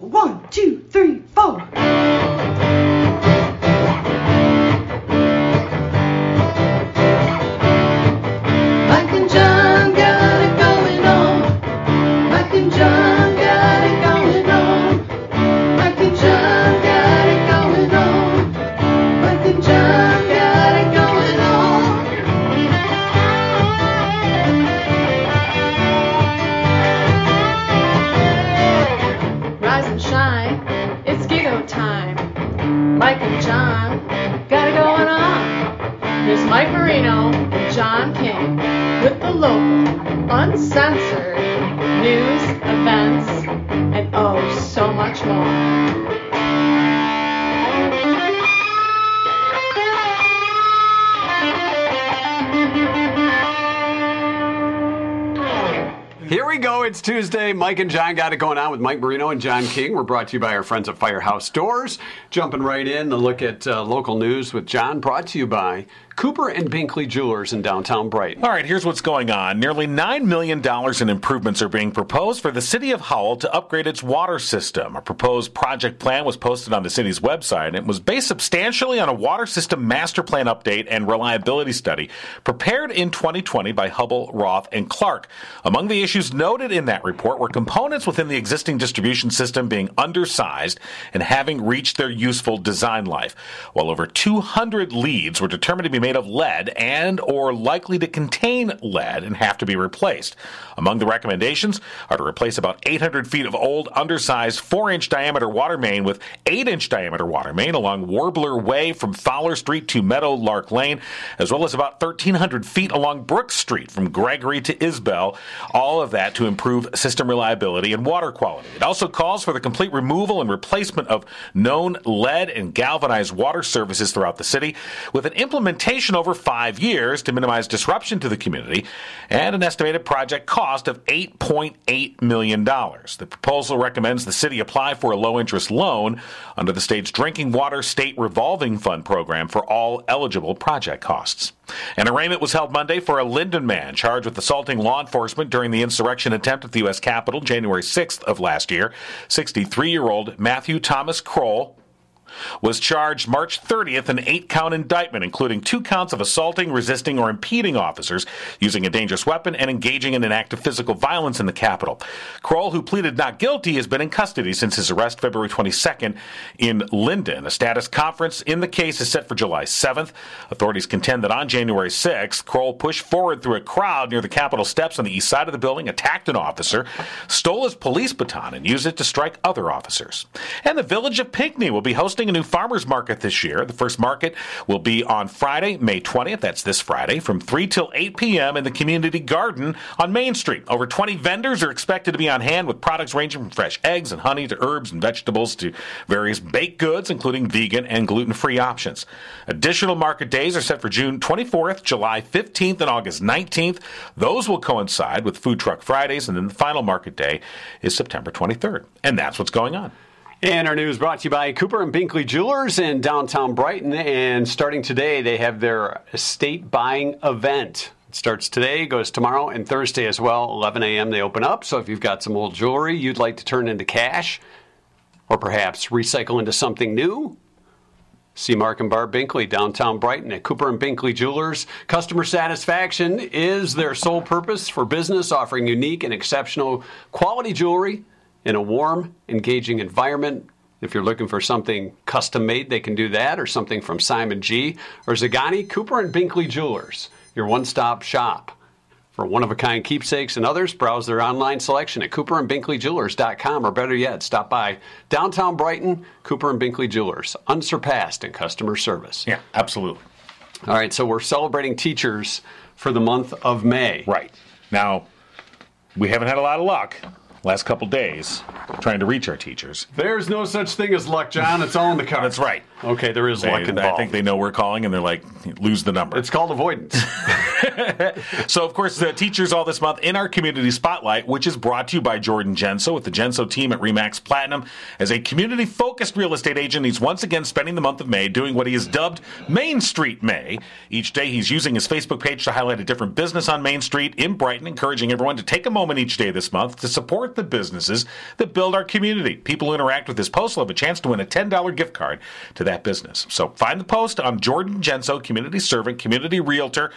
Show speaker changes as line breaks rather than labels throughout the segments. One, two, three, four. Mike and John got it going on. Mike and John got it going on. Mike and John got it going on. Mike and John got it going on. Rise and shine, it's Gigo time. Mike and John got it going on. Here's Mike Marino and John King with the local, uncensored news, events, and oh, so much more.
Here we go. It's Tuesday. Mike and John got it going on with Mike Marino and John King. We're brought to you by our friends at Firehouse Doors. Jumping right in, a look at uh, local news with John, brought to you by Cooper and Binkley Jewelers in downtown Brighton.
All right, here's what's going on. Nearly $9 million in improvements are being proposed for the city of Howell to upgrade its water system. A proposed project plan was posted on the city's website, and it was based substantially on a water system master plan update and reliability study prepared in 2020 by Hubble, Roth, and Clark. Among the issues noted in that report were components within the existing distribution system being undersized and having reached their useful design life, while over 200 leads were determined to be made of lead and or likely to contain lead and have to be replaced. Among the recommendations are to replace about 800 feet of old, undersized, 4-inch diameter water main with 8-inch diameter water main along Warbler Way from Fowler Street to Meadowlark Lane, as well as about 1,300 feet along Brook Street from Gregory to Isbell. All of that to improve system reliability and water quality. It also calls for the complete removal and replacement of known lead and galvanized water services throughout the city, with an implementation over five years to minimize disruption to the community, and an estimated project cost of $8.8 million. The proposal recommends the city apply for a low interest loan under the state's Drinking Water State Revolving Fund program for all eligible project costs. An arraignment was held Monday for a Linden man charged with assaulting law enforcement during the insurrection attempt at the U.S. Capitol January 6th of last year. 63 year old Matthew Thomas Kroll was charged March 30th in an eight count indictment, including two counts of assaulting, resisting, or impeding officers, using a dangerous weapon, and engaging in an act of physical violence in the Capitol. Kroll, who pleaded not guilty, has been in custody since his arrest February 22nd in Linden. A status conference in the case is set for July 7th. Authorities contend that on January 6th, Kroll pushed forward through a crowd near the Capitol steps on the east side of the building, attacked an officer, stole his police baton, and used it to strike other officers. And the village of Pinckney will be hosting hosting a new farmers market this year. The first market will be on Friday, May 20th. That's this Friday, from 3 till 8 p.m. in the community garden on Main Street. Over 20 vendors are expected to be on hand with products ranging from fresh eggs and honey to herbs and vegetables to various baked goods, including vegan and gluten free options. Additional market days are set for June 24th, July 15th, and August 19th. Those will coincide with Food Truck Fridays, and then the final market day is September 23rd. And that's what's going on.
And our news brought to you by Cooper and Binkley Jewelers in downtown Brighton. And starting today, they have their estate buying event. It starts today, goes tomorrow and Thursday as well. 11 a.m. they open up. So if you've got some old jewelry you'd like to turn into cash or perhaps recycle into something new, see Mark and Barb Binkley downtown Brighton at Cooper and Binkley Jewelers. Customer satisfaction is their sole purpose for business, offering unique and exceptional quality jewelry in a warm, engaging environment. If you're looking for something custom made, they can do that, or something from Simon G. or Zagani, Cooper and Binkley Jewelers, your one stop shop. For one of a kind keepsakes and others, browse their online selection at cooperandbinkleyjewelers.com, or better yet, stop by downtown Brighton, Cooper and Binkley Jewelers, unsurpassed in customer service.
Yeah, absolutely.
All right, so we're celebrating teachers for the month of May.
Right. Now, we haven't had a lot of luck last couple days trying to reach our teachers.
There's no such thing as luck, John. It's all in the car.
That's right.
Okay, there is
They,
luck involved.
I think they know we're calling and they're like, lose the number.
It's called avoidance.
so, of course, the teachers all this month in our community spotlight, which is brought to you by Jordan Genso with the Genso team at Remax Platinum. As a community focused real estate agent, he's once again spending the month of May doing what he has dubbed Main Street May. Each day, he's using his Facebook page to highlight a different business on Main Street in Brighton, encouraging everyone to take a moment each day this month to support the businesses that build our community. People who interact with his post will have a chance to win a $10 gift card to that business. So, find the post on Jordan Genso, community servant, community realtor.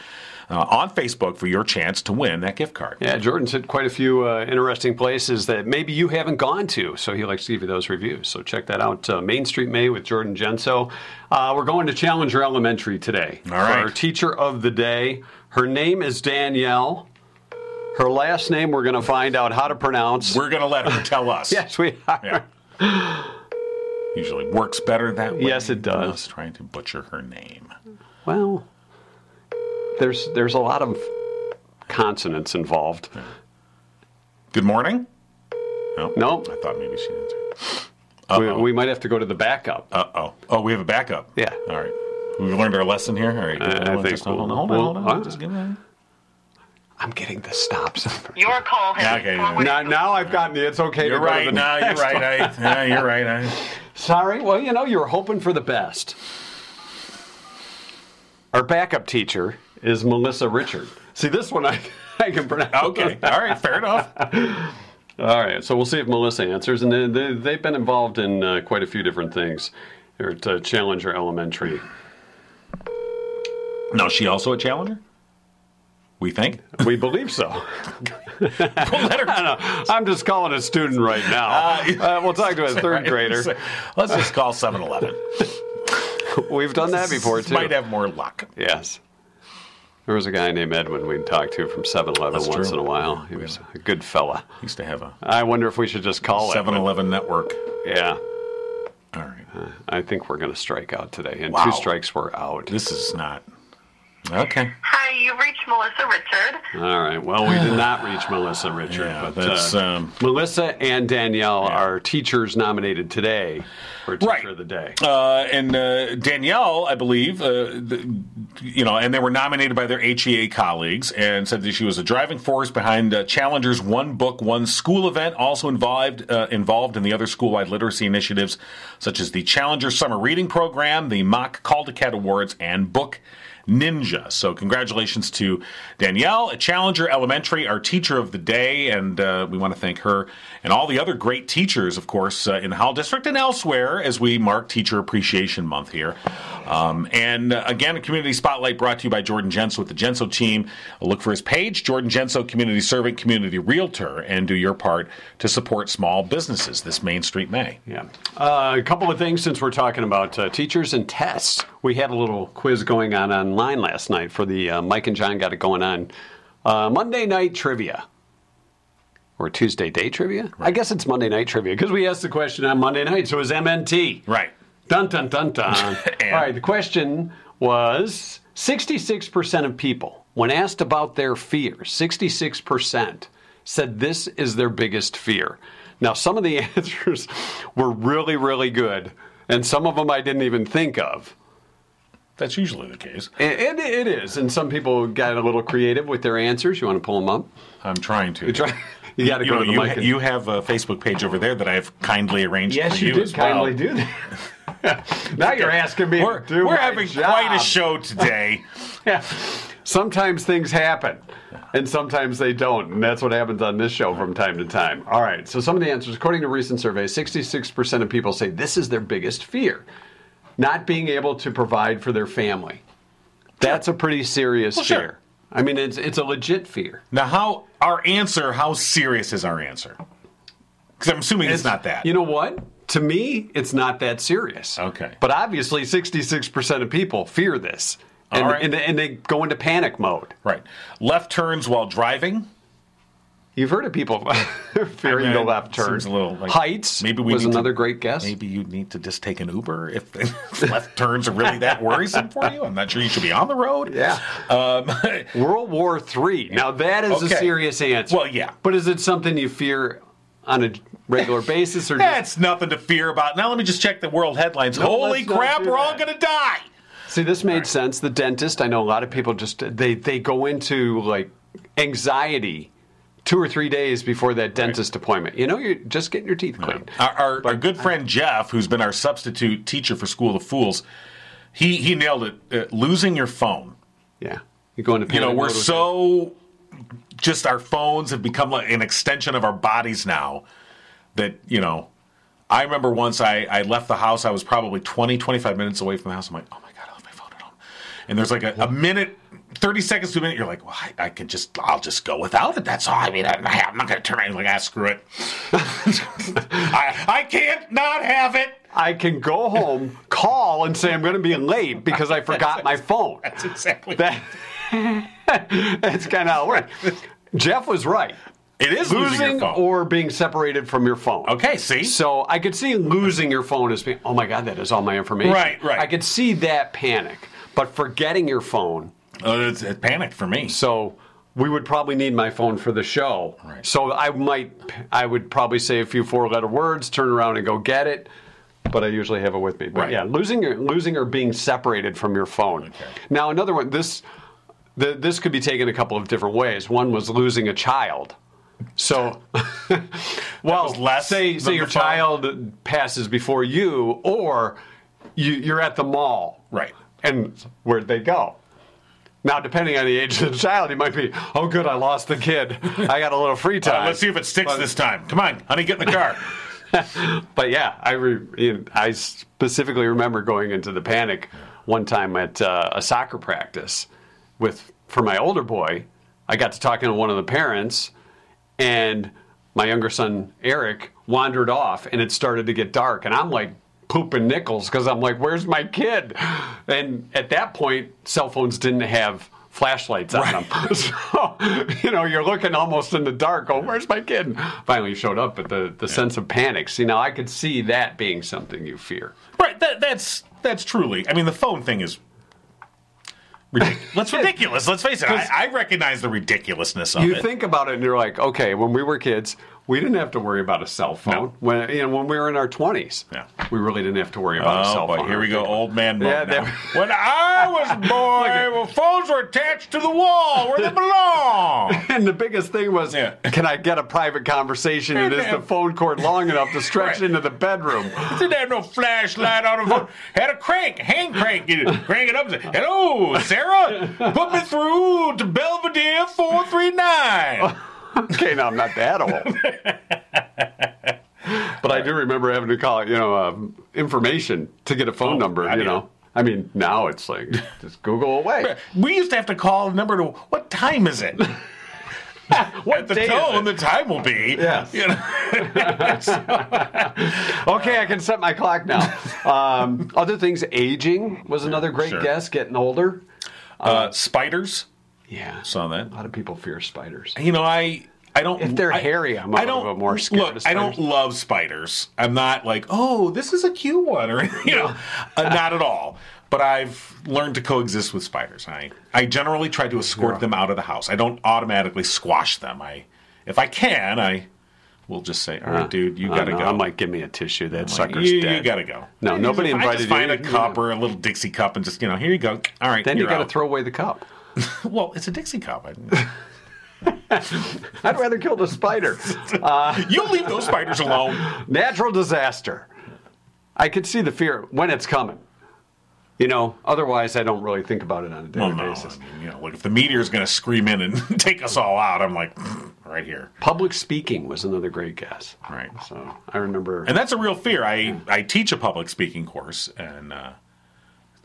Uh, on Facebook for your chance to win that gift card.
Yeah, Jordan's at quite a few uh, interesting places that maybe you haven't gone to, so he likes to give you those reviews. So check that out, uh, Main Street May with Jordan Genso. Uh, we're going to Challenger Elementary today.
All right.
For our teacher of the day, her name is Danielle. Her last name we're going to find out how to pronounce.
We're going to let her tell us.
yes, we are.
Yeah. Usually works better that way.
Yes, it
than
does.
us trying to butcher her name.
Well, there's there's a lot of consonants involved.
Good morning. No,
Nope.
I thought maybe she answered.
We, we might have to go to the backup.
Uh oh. Oh, we have a backup.
Yeah.
All right. We learned our lesson here. All right.
I
Hold on,
think
just hold on.
we'll-
Hold on. Hold on.
we'll- uh,
just give it.
I'm getting the stops.
Your call has
Okay,
been
yeah.
forwarded.
now, now I've gotten you. It's okay.
You're
to go to
right.
the
No, you're
next
right.
one.
I, yeah, you're right. I,
Sorry. Well, you know, you were hoping for the best. Our backup teacher is Melissa Richard. See, this one I, I can pronounce.
okay. All right. Fair enough.
All right. So we'll see if Melissa answers. And they, they, they've been involved in uh, quite a few different things here at uh, Challenger Elementary.
No, she also a challenger. We think.
We believe so.
We'll let her.
I'm just calling a student right now. Uh, we'll talk to a third grader.
Let's just call 7 Eleven.
We've done that before, too.
Might have more luck.
Yes. There was a guy named Edwin we'd talked to from 7 Eleven
That's
once
true.
in a while. He was a good fella.
Used to have a
I wonder if we should just call
7 Eleven network.
it. Yeah.
All right.
I think we're going to strike out today. And
Wow.
two strikes were out.
This is not. Okay.
Hi, you've reached Melissa Richard.
All right. Well, we did not reach Melissa Richard.
Yeah,
but
that's,
uh,
um,
Melissa and Danielle are teachers nominated today for Teacher
Right.
of the Day.
Uh, and uh, Danielle, I believe, uh, the, you know, and they were nominated by their HEA colleagues and said that she was a driving force behind uh, Challenger's One Book, One School event, also involved uh, involved in the other school-wide literacy initiatives such as the Challenger Summer Reading Program, the Mock Caldecott Awards, and Book Ninja. So, congratulations to Danielle at Challenger Elementary, our teacher of the day, and uh, we want to thank her and all the other great teachers, of course, uh, in the Howell District and elsewhere as we mark Teacher Appreciation Month here. Um, and uh, again, a community spotlight brought to you by Jordan Genso with the Genso team. Look for his page, Jordan Genso, Community Servant, Community Realtor, and do your part to support small businesses this Main Street May.
Yeah. Uh, a couple of things since we're talking about uh, teachers and tests. We had a little quiz going on online last night for the uh, Mike and John got it going on uh, Monday night trivia or Tuesday day trivia. I guess it's Monday night trivia because we asked the question on Monday night, so it was MNT.
Right.
Dun dun dun dun. All
And-
right. The question was: sixty-six percent of people, when asked about their fear, sixty-six percent said this is their biggest fear. Now, some of the answers were really, really good, and some of them I didn't even think of.
That's usually the case.
And and it is. And some people got a little creative with their answers. You want to pull them up?
I'm trying to.
You try. You got to
You
go
know,
to the
you,
mic.
ha-
and-
you have a Facebook page over there that I have kindly arranged.
yes,
for
you
you
did
as well.
kindly do that. now you're asking me.
We're,
to do
we're
my
having
job.
quite a show today.
Yeah. Sometimes things happen, and sometimes they don't, and that's what happens on this show from time to time. All right, so some of the answers, according to a recent survey, 66% of people say this is their biggest fear not being able to provide for their family. That's a pretty serious
Well,
fear.
sure.
I mean, it's, it's a legit fear.
now, how our answer? How serious is our answer? Because I'm assuming it's, not that.
You know what? To me, it's not that serious.
Okay.
But obviously, 66% of people fear this, and,
All right.
and, and they go into panic mode.
right. Left turns while driving.
You've heard of people fearing
I mean,
the left
it
turn.
seems a little like-
Heights
maybe we
was
need to-
another great guess.
Maybe you need to just take an Uber if the left turns are really that worrisome for you. I'm not sure you should be on the road.
Yeah.
Um,
World War III. Now that is
Okay.
a serious answer.
Well, yeah.
But is it something you fear on a regular basis or just
that's nothing to fear about. Now let me just check the world headlines.
No,
Holy
let's not
crap!
do
We're
that.
all going to die.
See, this made sense. The dentist. I know a lot of people just they they go into like anxiety two or three days before that dentist appointment. You know, you're just getting your teeth cleaned.
Our, our, our good friend Jeff, who's been our substitute teacher for School of Fools, he, he nailed it. Uh, losing your phone.
Yeah, you go into
You know,
panic
we're
mode with-
so just our phones have become like an extension of our bodies now that, you know, I remember once I, I left the house, I was probably 20, 25 minutes away from the house. I'm like, oh my God, I left my phone at home. And there's like a, a minute, 30 seconds to a minute, you're like, well, I, I can just, I'll just go without it. That's all. I mean, I, I'm not going to turn around and like, ah, screw it. I, I can't not have it.
I can go home, call, and say I'm going to be late because I forgot my phone.
That's exactly
That, that's kind of how it works. Jeff was right.
It is losing, your
Losing
phone.
or being separated from your phone.
okay, see?
So I could see losing your phone as being, oh my God, that is all my information.
Right, right.
I could see that panic, but forgetting your phone.
Uh, it's, it panicked for me.
So we would probably need my phone for the show.
Right.
So I might, I would probably say a few four-letter words, turn around and go get it. But I usually have it with me. But
Right.
yeah, losing your losing or being separated from your phone.
Okay.
Now another one. This the, this could be taken a couple of different ways. One was losing a child. So, well,
was less
say
than
say
the
your
phone.
child passes before you, or you, you're at the mall,
Right.
And where'd they go? Now, depending on the age of the child, he might be, oh, good, I lost the kid. I got a little free
Uh,
time.
let's see if it sticks this time. Come on, honey, get in the car.
But yeah, I re- you know, I specifically remember going into the panic one time at uh, a soccer practice with for my older boy. I got to talking to one of the parents, and my younger son Eric wandered off, and it started to get dark, and I'm like pooping nickels because I'm like, "Where's my kid?" And at that point, cell phones didn't have flashlights on them, so you know you're looking almost in the dark. Oh, where's my kid? Finally showed up, but the the sense of panic. See, now I could see that being something you fear.
right, that, that's that's truly. I mean, the phone thing is ridiculous. That's ridiculous. Let's face it. I, I recognize the ridiculousness of
you
it.
think about it and you're like, okay, when we were kids, we didn't have to worry about a cell phone.
No.
When you know, when we were in our twenties,
Yeah.
we really didn't have to worry about a
Oh
cell
boy,
phone.
here we go, old man mode.
Yeah,
now.
that-
when I was boy, well, phones were attached to the wall where they belong.
And the biggest thing was,
Yeah.
can I get a private conversation? And is the phone cord long enough to stretch
Right.
into the bedroom?
Didn't have no flashlight on the phone. Had a crank, hand crank, you crank it up. and say, Hello, Sarah, put me through to Belvedere four three nine.
okay, now I'm not that old. but I do remember having to call, you know, um, information to get a phone number.
Oh, I
you
did.
know, I mean, now it's like just Google away.
We used to have to call the number to what time is it?
what
At the
day is it?
tone, the time will be.
Yes.
You know?
Okay, I can set my clock now. Um, other things, aging was another great
sure.
guess. Getting older.
uh, spiders.
Yeah,
Saw that.
a lot of people fear spiders.
You know, I I don't.
If they're
I,
hairy, I'm a
I
little
don't
bit more scared
Look,
of
I don't
spiders.
love spiders. I'm not like, oh, this is a cute one, or you know, uh, not at all. But I've learned to coexist with spiders. I I generally try to escort them out of the house. I don't automatically squash them. I if I can, I will just say, all right, dude, you
I
gotta
don't know,
go.
I might give me a tissue. That
Like,
sucker's
you,
dead.
you gotta go.
No,
And
nobody
if I
invited you.
just find
You
a cup
know.
or a little Dixie cup and just you know, here you go. All right,
Then you
you're
got to
out.
throw away the cup.
Well, it's a Dixie cup.
I'd rather kill the spider.
you leave those spiders alone.
Natural disaster. I could see the fear when it's coming. You know, otherwise I don't really think about it on a daily
Well, no,
basis.
I mean, you know, like if the meteor's going to scream in and take us all out, I'm like, right here.
Public speaking was another great guess.
Right.
So I remember.
And that's a real fear. I, I teach a public speaking course, and uh,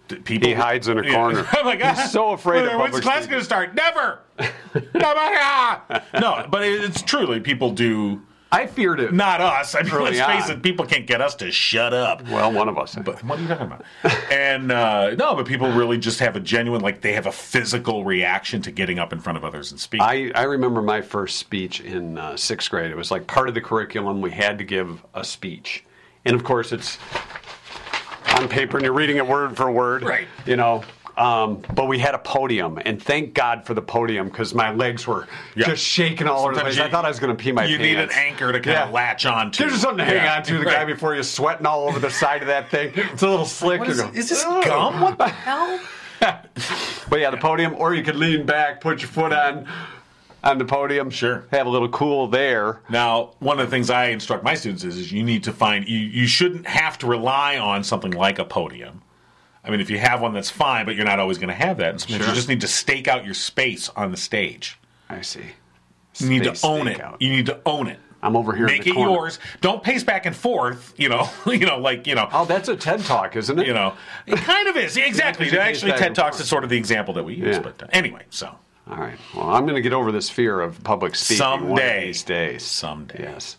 d- people.
He hides in a
Yeah.
corner.
I'm like, ah,
He's so afraid of
when's
public
class
speaking.
going to start? Never! Never! Ah! no, but it, it's truly people do.
I feared it.
Not us. I mean,
Early
let's face
on.
it, people can't get us to shut up.
Well, one of us.
But what are you talking about? and uh, no, but people really just have a genuine, like they have a physical reaction to getting up in front of others and speaking.
I, I remember my first speech in uh, sixth grade. It was like part of the curriculum. We had to give a speech. And of course, it's on paper and you're reading it word for word.
Right.
You know, Um, but we had a podium, and thank God for the podium because my legs were
Yeah.
just shaking all over the
Sometimes
place.
you-
I thought I was going to pee my
You
pants.
need an anchor to kind
Yeah.
of latch on to.
There's something to hang
Yeah.
on to. The guy
Right.
before you sweating all over the side of that thing. It's a little slick.
What
you
is,
go,
is this
"Ugh."
gum? What the hell?
But yeah, the podium, or you could lean back, put your foot on on the podium.
Sure.
Have a little cool there.
Now, one of the things I instruct my students is, is you need to find you, you shouldn't have to rely on something like a podium. I mean, if you have one, that's fine, but you're not always going to have that. And sometimes
Sure.
you just need to stake out your space on the stage.
I see.
You need
Space
to own
stake
it.
out.
You need to own it.
I'm over here. in
Make
the
it
corner.
yours. Don't pace back and forth. You know, you know, like you know,
Oh, that's a TED talk, isn't it?
you know, it kind of is exactly.
Because you pace
Actually,
back
TED
and
Talks
forth.
is sort of the example that we use.
Yeah.
But uh, anyway, so
All right. Well, I'm going to get over this fear of public speaking one of
Someday.
these days.
Someday.
Yes.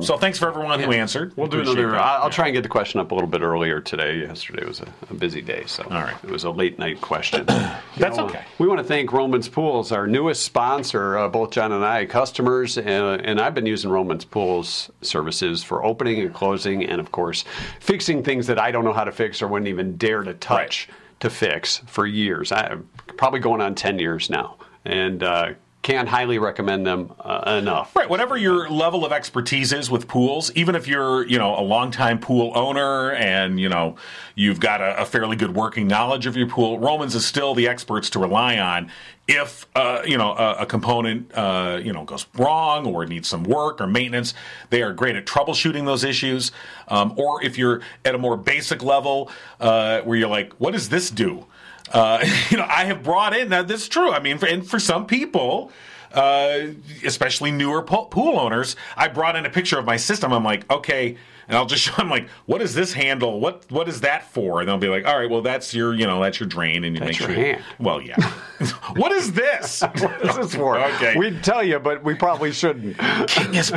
so thanks for everyone who answered.
We'll do
Appreciate
another.
that.
I- I'll try and get the question up a little bit earlier today. Yesterday was a, a busy day, so
All right.
it was a late night question. You
That's okay.
We want to thank Romans Pools, our newest sponsor. Uh, both John and I, are customers, and, uh, and I've been using Romans Pools services for opening and closing, and of course, fixing things that I don't know how to fix or wouldn't even dare to touch to fix for years. I probably going on ten years now, and uh, can highly recommend them uh, enough.
Right, whatever your level of expertise is with pools, even if you're, you know, a longtime pool owner and, you know, you've got a, a fairly good working knowledge of your pool, Romans is still the experts to rely on if, uh, you know, a, a component, uh, you know, goes wrong or needs some work or maintenance. They are great at troubleshooting those issues. Um, or if you're at a more basic level uh, where you're like, what does this do? Uh, you know, I have brought in now. This is true. I mean, for, and for some people, uh, especially newer po- pool owners, I brought in a picture of my system. I'm like, okay, and I'll just show. I'm like, what is this handle? What what is that for? And they'll be like, all right, well, that's your you know that's your drain, and you
That's
make
your
sure.
hand.
Well, yeah. what is this? what
This is for.
Okay.
We'd tell you, but we probably shouldn't.
King is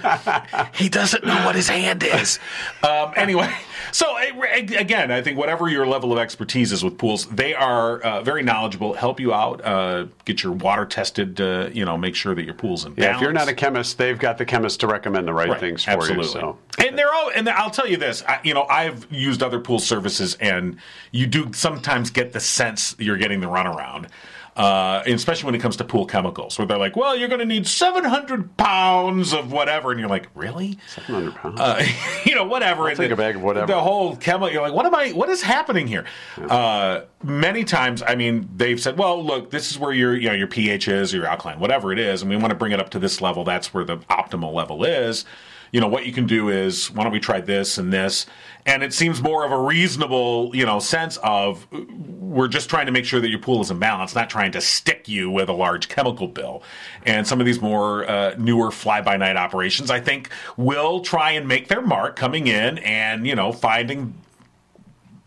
back. he doesn't know what his hand is. Um, anyway, so a- a- again, I think whatever your level of expertise is with pools, they are uh, very knowledgeable. Help you out. Uh, get your water tested. Uh, you know, make sure that your pool's in
Yeah, if you're
balance.
not a chemist, they've got the chemist to recommend the right,
Right,
things for
absolutely.
you. So
And they're all, and I'll tell you this, I, you know, I've used other pool services, and you do sometimes get the sense you're getting the runaround, uh, and especially when it comes to pool chemicals, where they're like, "Well, you're going to need 700 pounds of whatever," and you're like, "Really?"
700 pounds.
Uh, you know, whatever. And
take
the-
a bag of whatever.
The whole chemical. You're like, what am I? What is happening here? Uh, many times, I mean, they've said, well, look, this is where your you know your pH is, your alkaline, whatever it is, and we want to bring it up to this level. That's where the optimal level is. You know what you can do is why don't we try this and this, and it seems more of a reasonable you know sense of uh, we're just trying to make sure that your pool is in balance, not trying to stick you with a large chemical bill. And some of these more uh, newer fly by night operations, I think, will try and make their mark coming in and, you know, finding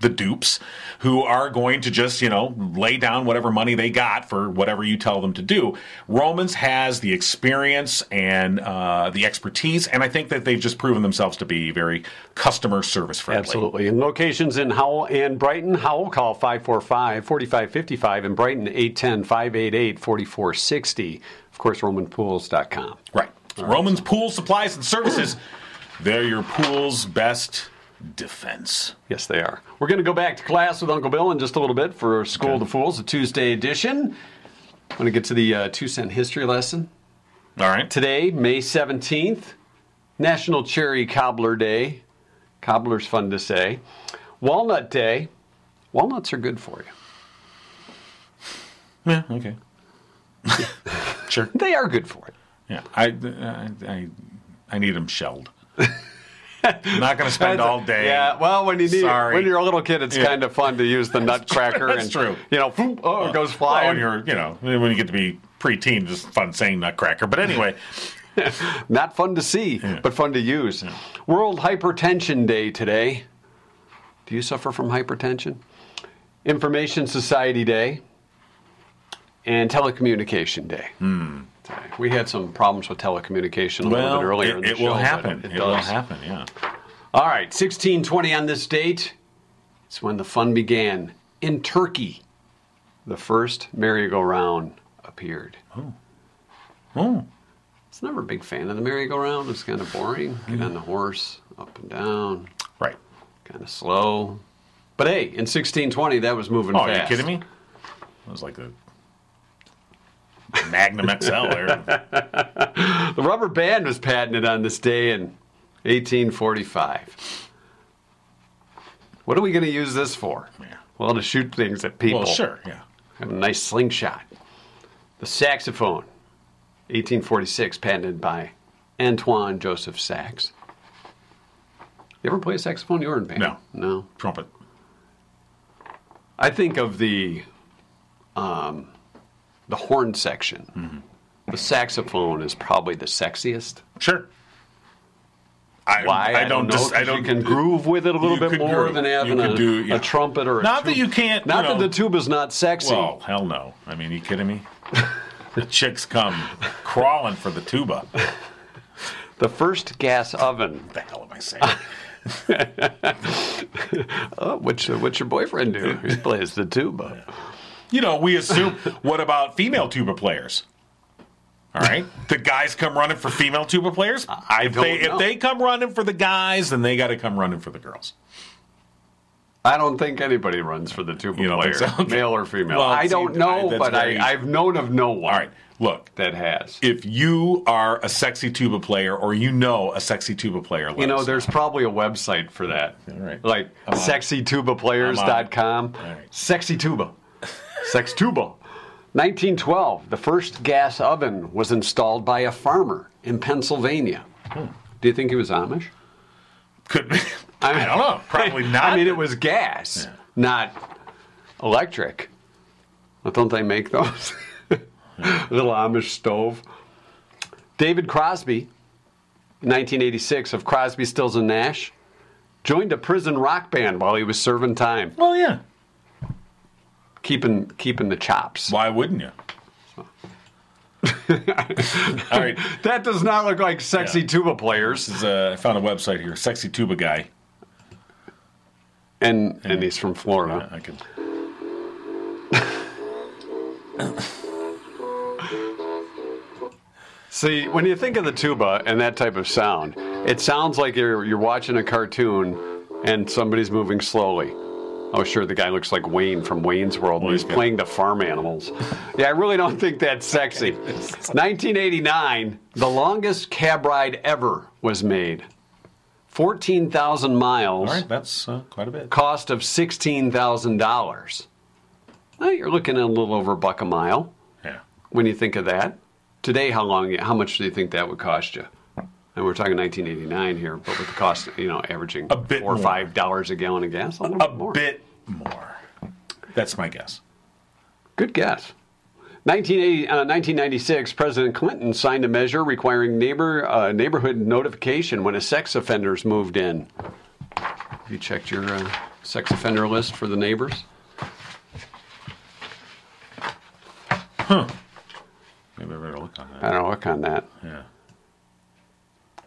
the dupes who are going to just, you know, lay down whatever money they got for whatever you tell them to do. Romans has the experience and uh, the expertise, and I think that they've just proven themselves to be very customer service friendly.
Absolutely. And locations in Howell and Brighton. Howell, call 545 4555 and Brighton 810 588 4460. Of course, RomanPools.com.
Right. Romans Pool Supplies and Services. They're your pool's best defense.
Yes, they are. We're going to go back to class with Uncle Bill in just a little bit for School to Fools, a Tuesday edition. I'm going to get to the uh, two cent history lesson.
All right.
Today, May 17th, National Cherry Cobbler Day. Cobbler's fun to say. Walnut Day. Walnuts are good for you.
Yeah, okay. sure.
They are good for you.
Yeah. I, I, I, I need them shelled. I'm not going to spend all day.
Yeah, well, when you need,
Sorry.
when you're a little kid, it's
Yeah.
kind of fun to use the nutcracker.
that's
and,
true.
You know, phoom, oh, it goes
Well, when
flying.
you're, you know, when you get to be preteen, just fun saying nutcracker. But anyway,
Not fun to see, but fun to use. World Hypertension Day today. Do you suffer from hypertension? Information Society Day and Telecommunication Day. Today. We had some problems with telecommunication a little
Hmm. well,
bit earlier. in
it,
the
it
show,
will
but
happen. It, will
does.
happen. Yeah.
All right, 1620 on this date. It's when the fun began in Turkey. The first merry-go-round appeared.
Oh,
It's never a big fan of the merry-go-round. It's
Mm.
kind of boring. Get on the horse, up and down,
right.
kind of slow. But hey, in 1620, that was moving
Oh, are
fast.
you kidding me? It was like a Magnum XL. there.
The rubber band was patented on this day in 1845. What are we going to use this for?
Yeah.
Well, to shoot things at people.
Well, sure, yeah.
Have a nice slingshot. The saxophone, 1846, patented by Antoine Joseph Sax. You ever play a saxophone? You were in band.
No.
No.
Trumpet.
I think of the um, the horn section.
Mm-hmm.
The saxophone is probably the sexiest.
Sure. I,
Why?
I, don't.
know.
Dis- I
'cause
don't.
You can groove with it a little
you
bit
could
more
groove.
than
You
having
could
a,
do- yeah.
a trumpet or a
Not that
tuba.
you can't,
Not
you
that
know.
the tuba's not sexy.
Well, hell no. I mean, you kidding me? the chicks come crawling for the tuba. What
The first gas oven.
the hell am I saying?
Oh, what's, what's your boyfriend do? He plays the tuba.
You know, we assume. What about female tuba players? All right, the guys come running for female tuba players. I if
don't
they,
know.
if they come running for the guys, then they got to come running for the girls.
I don't think anybody runs for the tuba
You don't
player,
think so? Okay.
male or female.
Well,
I
see,
don't know,
I- that's
but
very-
I, I've known of no one
All right, look.
that has.
If you are a sexy tuba player, or you know a sexy tuba player, let
You know,
us
there's probably a website for that.
All right.
Like
I'm on it.
sexytubaplayers.com.
I'm on it. All right.
Sexy tuba. Sex tuba. 1912, the first gas oven was installed by a farmer in Pennsylvania.
Hmm.
Do you think he was Amish?
could be.
I,
I don't know. Probably not.
I mean, it was gas, not electric. But don't they make those? Little Amish stove. David Crosby, 1986, of Crosby, Stills, and Nash, joined a prison rock band while he was serving time,
Well, yeah.
keeping keeping the chops.
Why wouldn't you? All right.
That does not look like sexy
Yeah.
tuba players.
This is, uh, I found a website here. Sexy tuba guy.
And and he's from Florida.
I can.
See, when you think of the tuba and that type of sound, it sounds like you're you're watching a cartoon and somebody's moving slowly. Oh, sure, the guy looks like Wayne from Wayne's World. and
Well,
he's
he's got-
playing the farm animals. yeah, I really don't think that's sexy. 1989, the longest cab ride ever was made. 14,000 miles,
All right, that's uh, quite a bit.
cost of $16,000. Well, you're looking at a little over a buck a mile
Yeah.
when you think of that today how long how much do you think that would cost you and we're talking 1989 here but with the cost you know averaging
A bit
four or
more.
five dollars a gallon of gas a little
A
bit more
bit more. That's my guess.
good guess 1980, uh, 1996, President Clinton signed a measure requiring neighbor uh, neighborhood notification when a sex offenders moved in. Have you checked your uh, sex offender list for the neighbors?
Maybe I better look on that.
I don't look on that.
Yeah.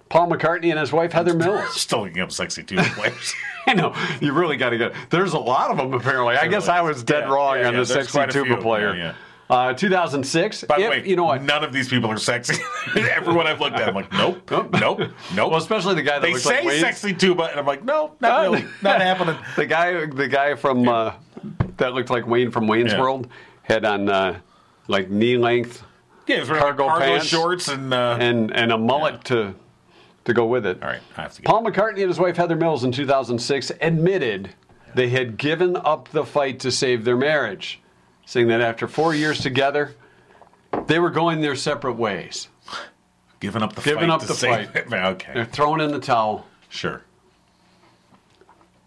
Paul McCartney and his wife Heather Mills.
Still looking up sexy tuba players.
I know you really got to go. There's a lot of them apparently. I guess I was dead
Yeah,
wrong
yeah,
on
yeah,
the
there's
sexy
quite a
tuba
few.
player.
Yeah,
Uh, 2006.
By the
if-
way,
you know what?
none of these people are sexy. Everyone I've looked at, I'm like, nope, nope, nope.
Well, especially the guy that
they
looks
say
like Wayne.
sexy tuba, and I'm like, no, not really, not happening.
The guy, the guy from uh, that looked like Wayne from Wayne's
Yeah.
World had on uh, like knee length
Yeah, it was wearing
Cargo
cargo,
pants.
shorts and, uh,
and and a mullet to to go with it.
All right, I have to get.
Paul McCartney and his wife Heather Mills in 2006 admitted they had given up the fight to save their marriage, saying that after four years together, they were going their separate ways.
Giving up the
Giving
fight.
up
to
the
save-
fight. They're
okay,
thrown in the towel.
sure.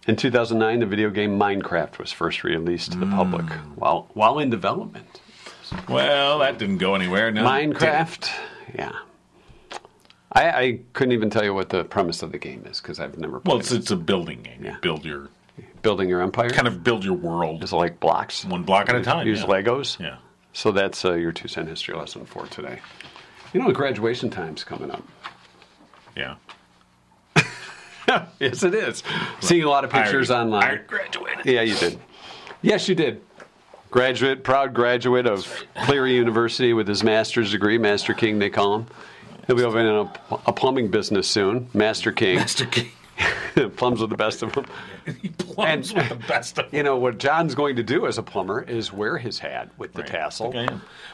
In 2009, the video game Minecraft was first released to the public
Mm.
while, while in development.
Well, that didn't go anywhere. No,
Minecraft, yeah. I, I couldn't even tell you what the premise of the game is because I've never played
Well, it's, it's a building game. You
Yeah.
build your
it. Building your empire?
kind of build your world
Just like blocks.
one block at a time.
Use
yeah.
Legos.
Yeah.
So that's uh, your two cent history lesson for today. You know, graduation time's coming up.
Yeah.
Yes, it is. Seeing a lot of pictures
I already- I
online.
already graduated.
Yeah, you did. Yes, you did. Graduate, proud graduate of Cleary University with his master's degree, Master King, they call him. He'll be opening a, a plumbing business soon, Master King.
Mr. King.
plums with the best of them.
He plums
And-
with the best of
You know what John's going to do as a plumber is wear his hat with the tassel.
Okay.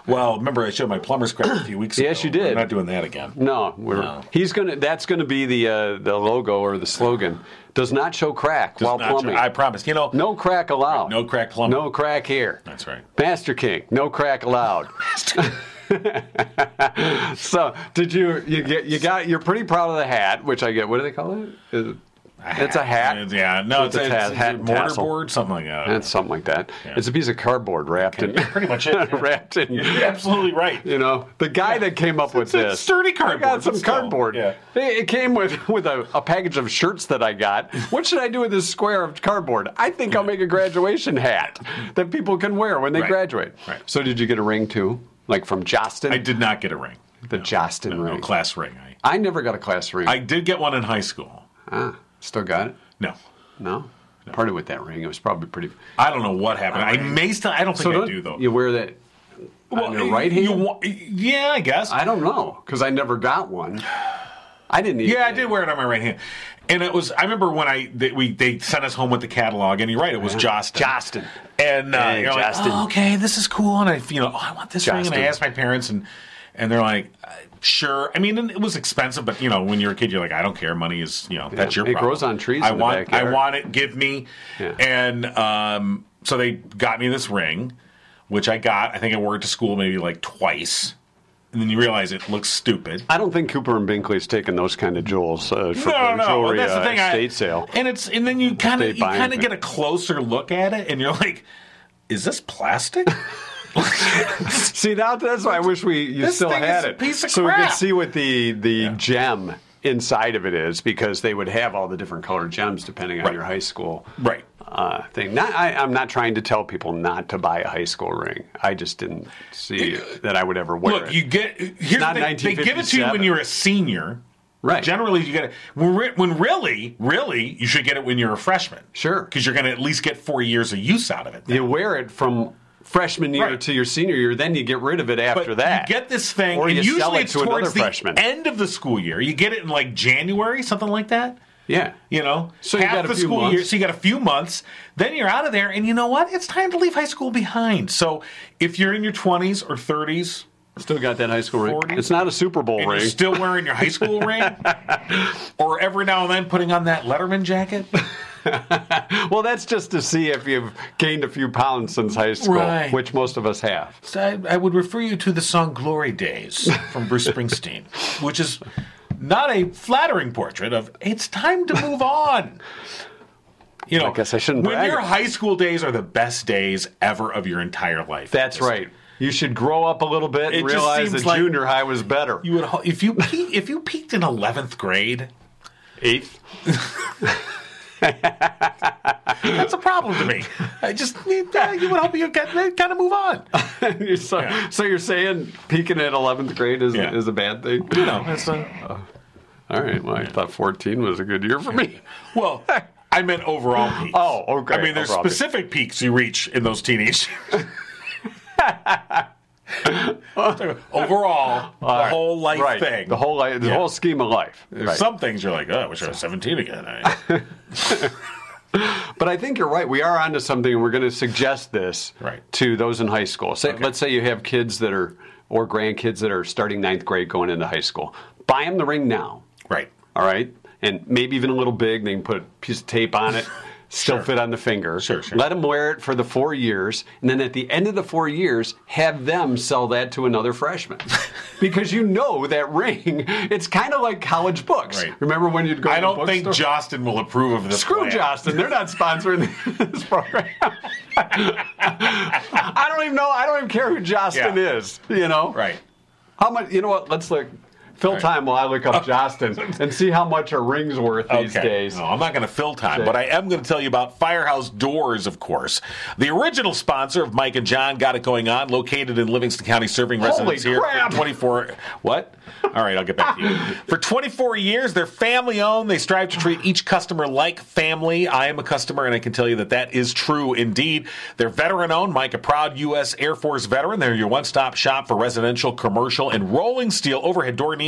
Well, remember I showed my plumber's crap a few weeks ago.
Yes, you did.
We're not doing that again.
No, we're,
No.
he's gonna. That's gonna be the uh, the logo or the slogan. Does not show crack while
Not sure.
plumbing.
I promise. You know,
no crack allowed.
No crack plumbing.
No crack here.
That's right.
Master King. No crack allowed. so did you you get you got you're pretty proud of the hat, which I get. What do they call it? Is it- it's a hat.
It's- Yeah, no, it's,
With
it's,
the ta-
it's
hat
a
and
mortar
tassel.
board, something like that.
It's something like that. It's a piece of cardboard wrapped in
pretty much it. yeah.
wrapped in
You're absolutely right.
You know, the guy that came up with
It's- it's
this
sturdy
I got
cardboard,
some
but still,
cardboard.
yeah.
It it came with with a, a package of shirts that I got. What should I do with this square of cardboard? I think I'll make a graduation hat that people can wear when they
Right.
graduate.
Right.
So, did you get a ring too, like from Jostin?
I did not get a ring.
The Jostin
No,
ring.
no class ring. I,
I never got a class ring.
I did get one in high school.
ah, still got it?
No.
No. Parted with that ring. It was probably pretty.
I don't know what happened. I may still. I don't think I
don't
do though.
You wear that on your right hand.
You, wa- yeah, I guess.
I don't know because I never got one. I didn't. Even,
yeah, I did wear it on my right hand, and it was. I remember when I they, we they sent us home with the catalog, and you're right, it was Jostin.
Jostin.
And uh,
Hey,
you're like,
Jostin.
"Oh, okay, this is cool, and I, you know, oh, I want this ring, and I
Jostin.
asked my parents, and and they're like, uh, sure. I mean, and it was expensive, but you know, when you're a kid, you're like, I don't care, money is, you know, that's your
it
problem.
grows on trees
I
in the
want, I
backyard.
want it. Give me,
Yeah.
and um, so they got me this ring, which I got. I think I wore it to school maybe like twice, and then you realize it looks stupid.
I don't think Cooper and Binkley's taking those kind of jewels uh, for their
No, no, well,
jewelry
that's the
uh,
thing. I-
estate sale.
and it's and then you kind
They
of you
buy
kind of
them.
get a closer look at it, and you're like, "Is this plastic?"
See, that, that's why I wish we you
This
still
thing
had
is a
it,
piece of
so we
crap.
could see what the the gem inside of it is, because they would have all the different colored gems depending on
Right.
your high school
Right.
uh, thing. Not, I, I'm not trying to tell people not to buy a high school ring. I just didn't see that I would ever wear
Look,
it.
you get here's
not
the thing. They give it to you when
1957.
you're a senior,
Right.
Generally, you get it when, re- when really, really, you should get it when you're a freshman,
Sure.
because you're going to at least get four years of use out of it.
you wear it from freshman year
Right.
to your senior year, then you get rid of it
But
after that.
you get this thing,
Or
and
you sell
usually
it
it's
to another
towards the
freshman.
end of the school year. You get it in like January, something like that.
yeah.
You know,
So you got a few months.
year. So you got a few months. Then you're out of there, and you know what? It's time to leave high school behind. So if you're in your 20s or 30s,
Still got that high school ring.
40?
It's not a Super Bowl
and
ring.
you're still wearing your high school ring, or every now and then putting on that Letterman jacket,
well, that's just to see if you've gained a few pounds since high school,
Right.
which most of us have.
so I, I would refer you to the song "Glory Days" from Bruce Springsteen, which is not a flattering portrait of "It's time to move on." You know,
I guess I shouldn't
When
brag.
your high school days are the best days ever of your entire life.
That's
It's-
right. You should grow up a little bit
It
and
just
realize
seems
that
like-
junior high was better.
You would ho- if you pe- if you peaked in eleventh grade,
Eighth?
that's a problem to me. I just uh, you would hope you get kind of move on.
You're so, so you're saying peaking at 11th grade is,
Yeah.
is a bad thing?
You know, it's a,
All right. Well, I thought 14 was a good year for me.
well, I meant overall peaks.
Oh, okay,
I mean, there's
overall peaks.
specific peaks you reach in those teenage. years. overall, the
All right.
whole life
Right.
thing.
The whole life, the
Yeah.
whole scheme of life.
There's
Right.
Some things you're like, oh, I wish I was 17 again. I-
But I think you're right. We are onto something, and we're going to suggest this
Right.
to those in high school. Say, Let's say you have kids that are, or grandkids that are starting ninth grade going into high school. Buy them the ring now,
right.
all right? And maybe even a little big. They can put a piece of tape on it, still fit on the finger.
Sure, sure.
Let them wear it for the four years, and then at the end of the four years, have them sell that to another freshman. Because you know that ring, it's kind of like college books.
Right.
Remember when you'd go?
I
to the
don't think
bookstore?
Jostin will approve of this.
Screw
plan.
Justin. They're not sponsoring this program. I don't even know. I don't even care who Justin
Yeah.
is. You know,
Right.
How much? You know what? Let's look. Fill time while I look
Oh.
up Justin and see how much a ring's worth these days.
No, I'm not going to fill time,
Okay.
but I am going to tell you about Firehouse Doors, of course. The original sponsor of Mike and John got it going on, located in Livingston County, serving
Holy
residents here
crap.
for 24. What? All right, I'll get back to you. For 24 years, they're family owned. They strive to treat each customer like family. I am a customer, and I can tell you that that is true indeed. They're veteran owned. Mike, a proud U.S. Air Force veteran. They're your one stop shop for residential, commercial, and rolling steel overhead door needs.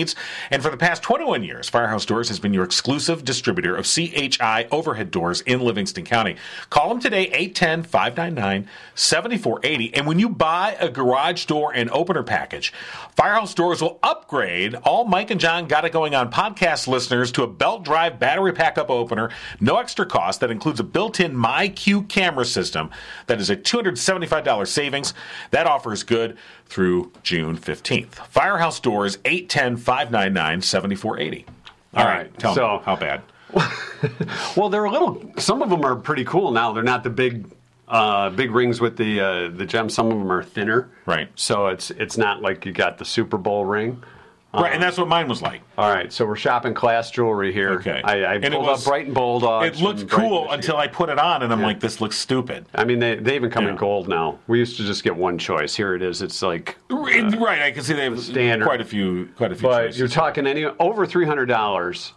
And for the past 21 years, Firehouse Doors has been your exclusive distributor of CHI overhead doors in Livingston County. Call them today, 810 599 7480. And when you buy a garage door and opener package, Firehouse Doors will upgrade all Mike and John Got It Going On podcast listeners to a belt drive battery pack up opener, no extra cost, that includes a built in MyQ camera system that is a $275 savings. That offer is good through June 15th. Firehouse Doors, 810 599 7480. All
All
right,
right,
tell
so-
me how bad.
Well, they're a little. Some of them are pretty cool now. They're not the big, uh, big rings with the uh, the gems. Some of them are thinner.
Right.
So it's it's not like you got the Super Bowl ring.
right, and that's what mine was like.
All right. So we're shopping class jewelry here.
Okay.
I, I
And it
pulled
was-
up Bright and Bold.
It looked cool until I put it on, and I'm like, this looks stupid.
I mean, they, they even come in
Yeah.
gold now. We used to just get one choice. Here it is. It's like,
Uh, right, I can see they have
standard.
quite a few, quite a few.
but
choices.
you're talking any over three hundred dollars,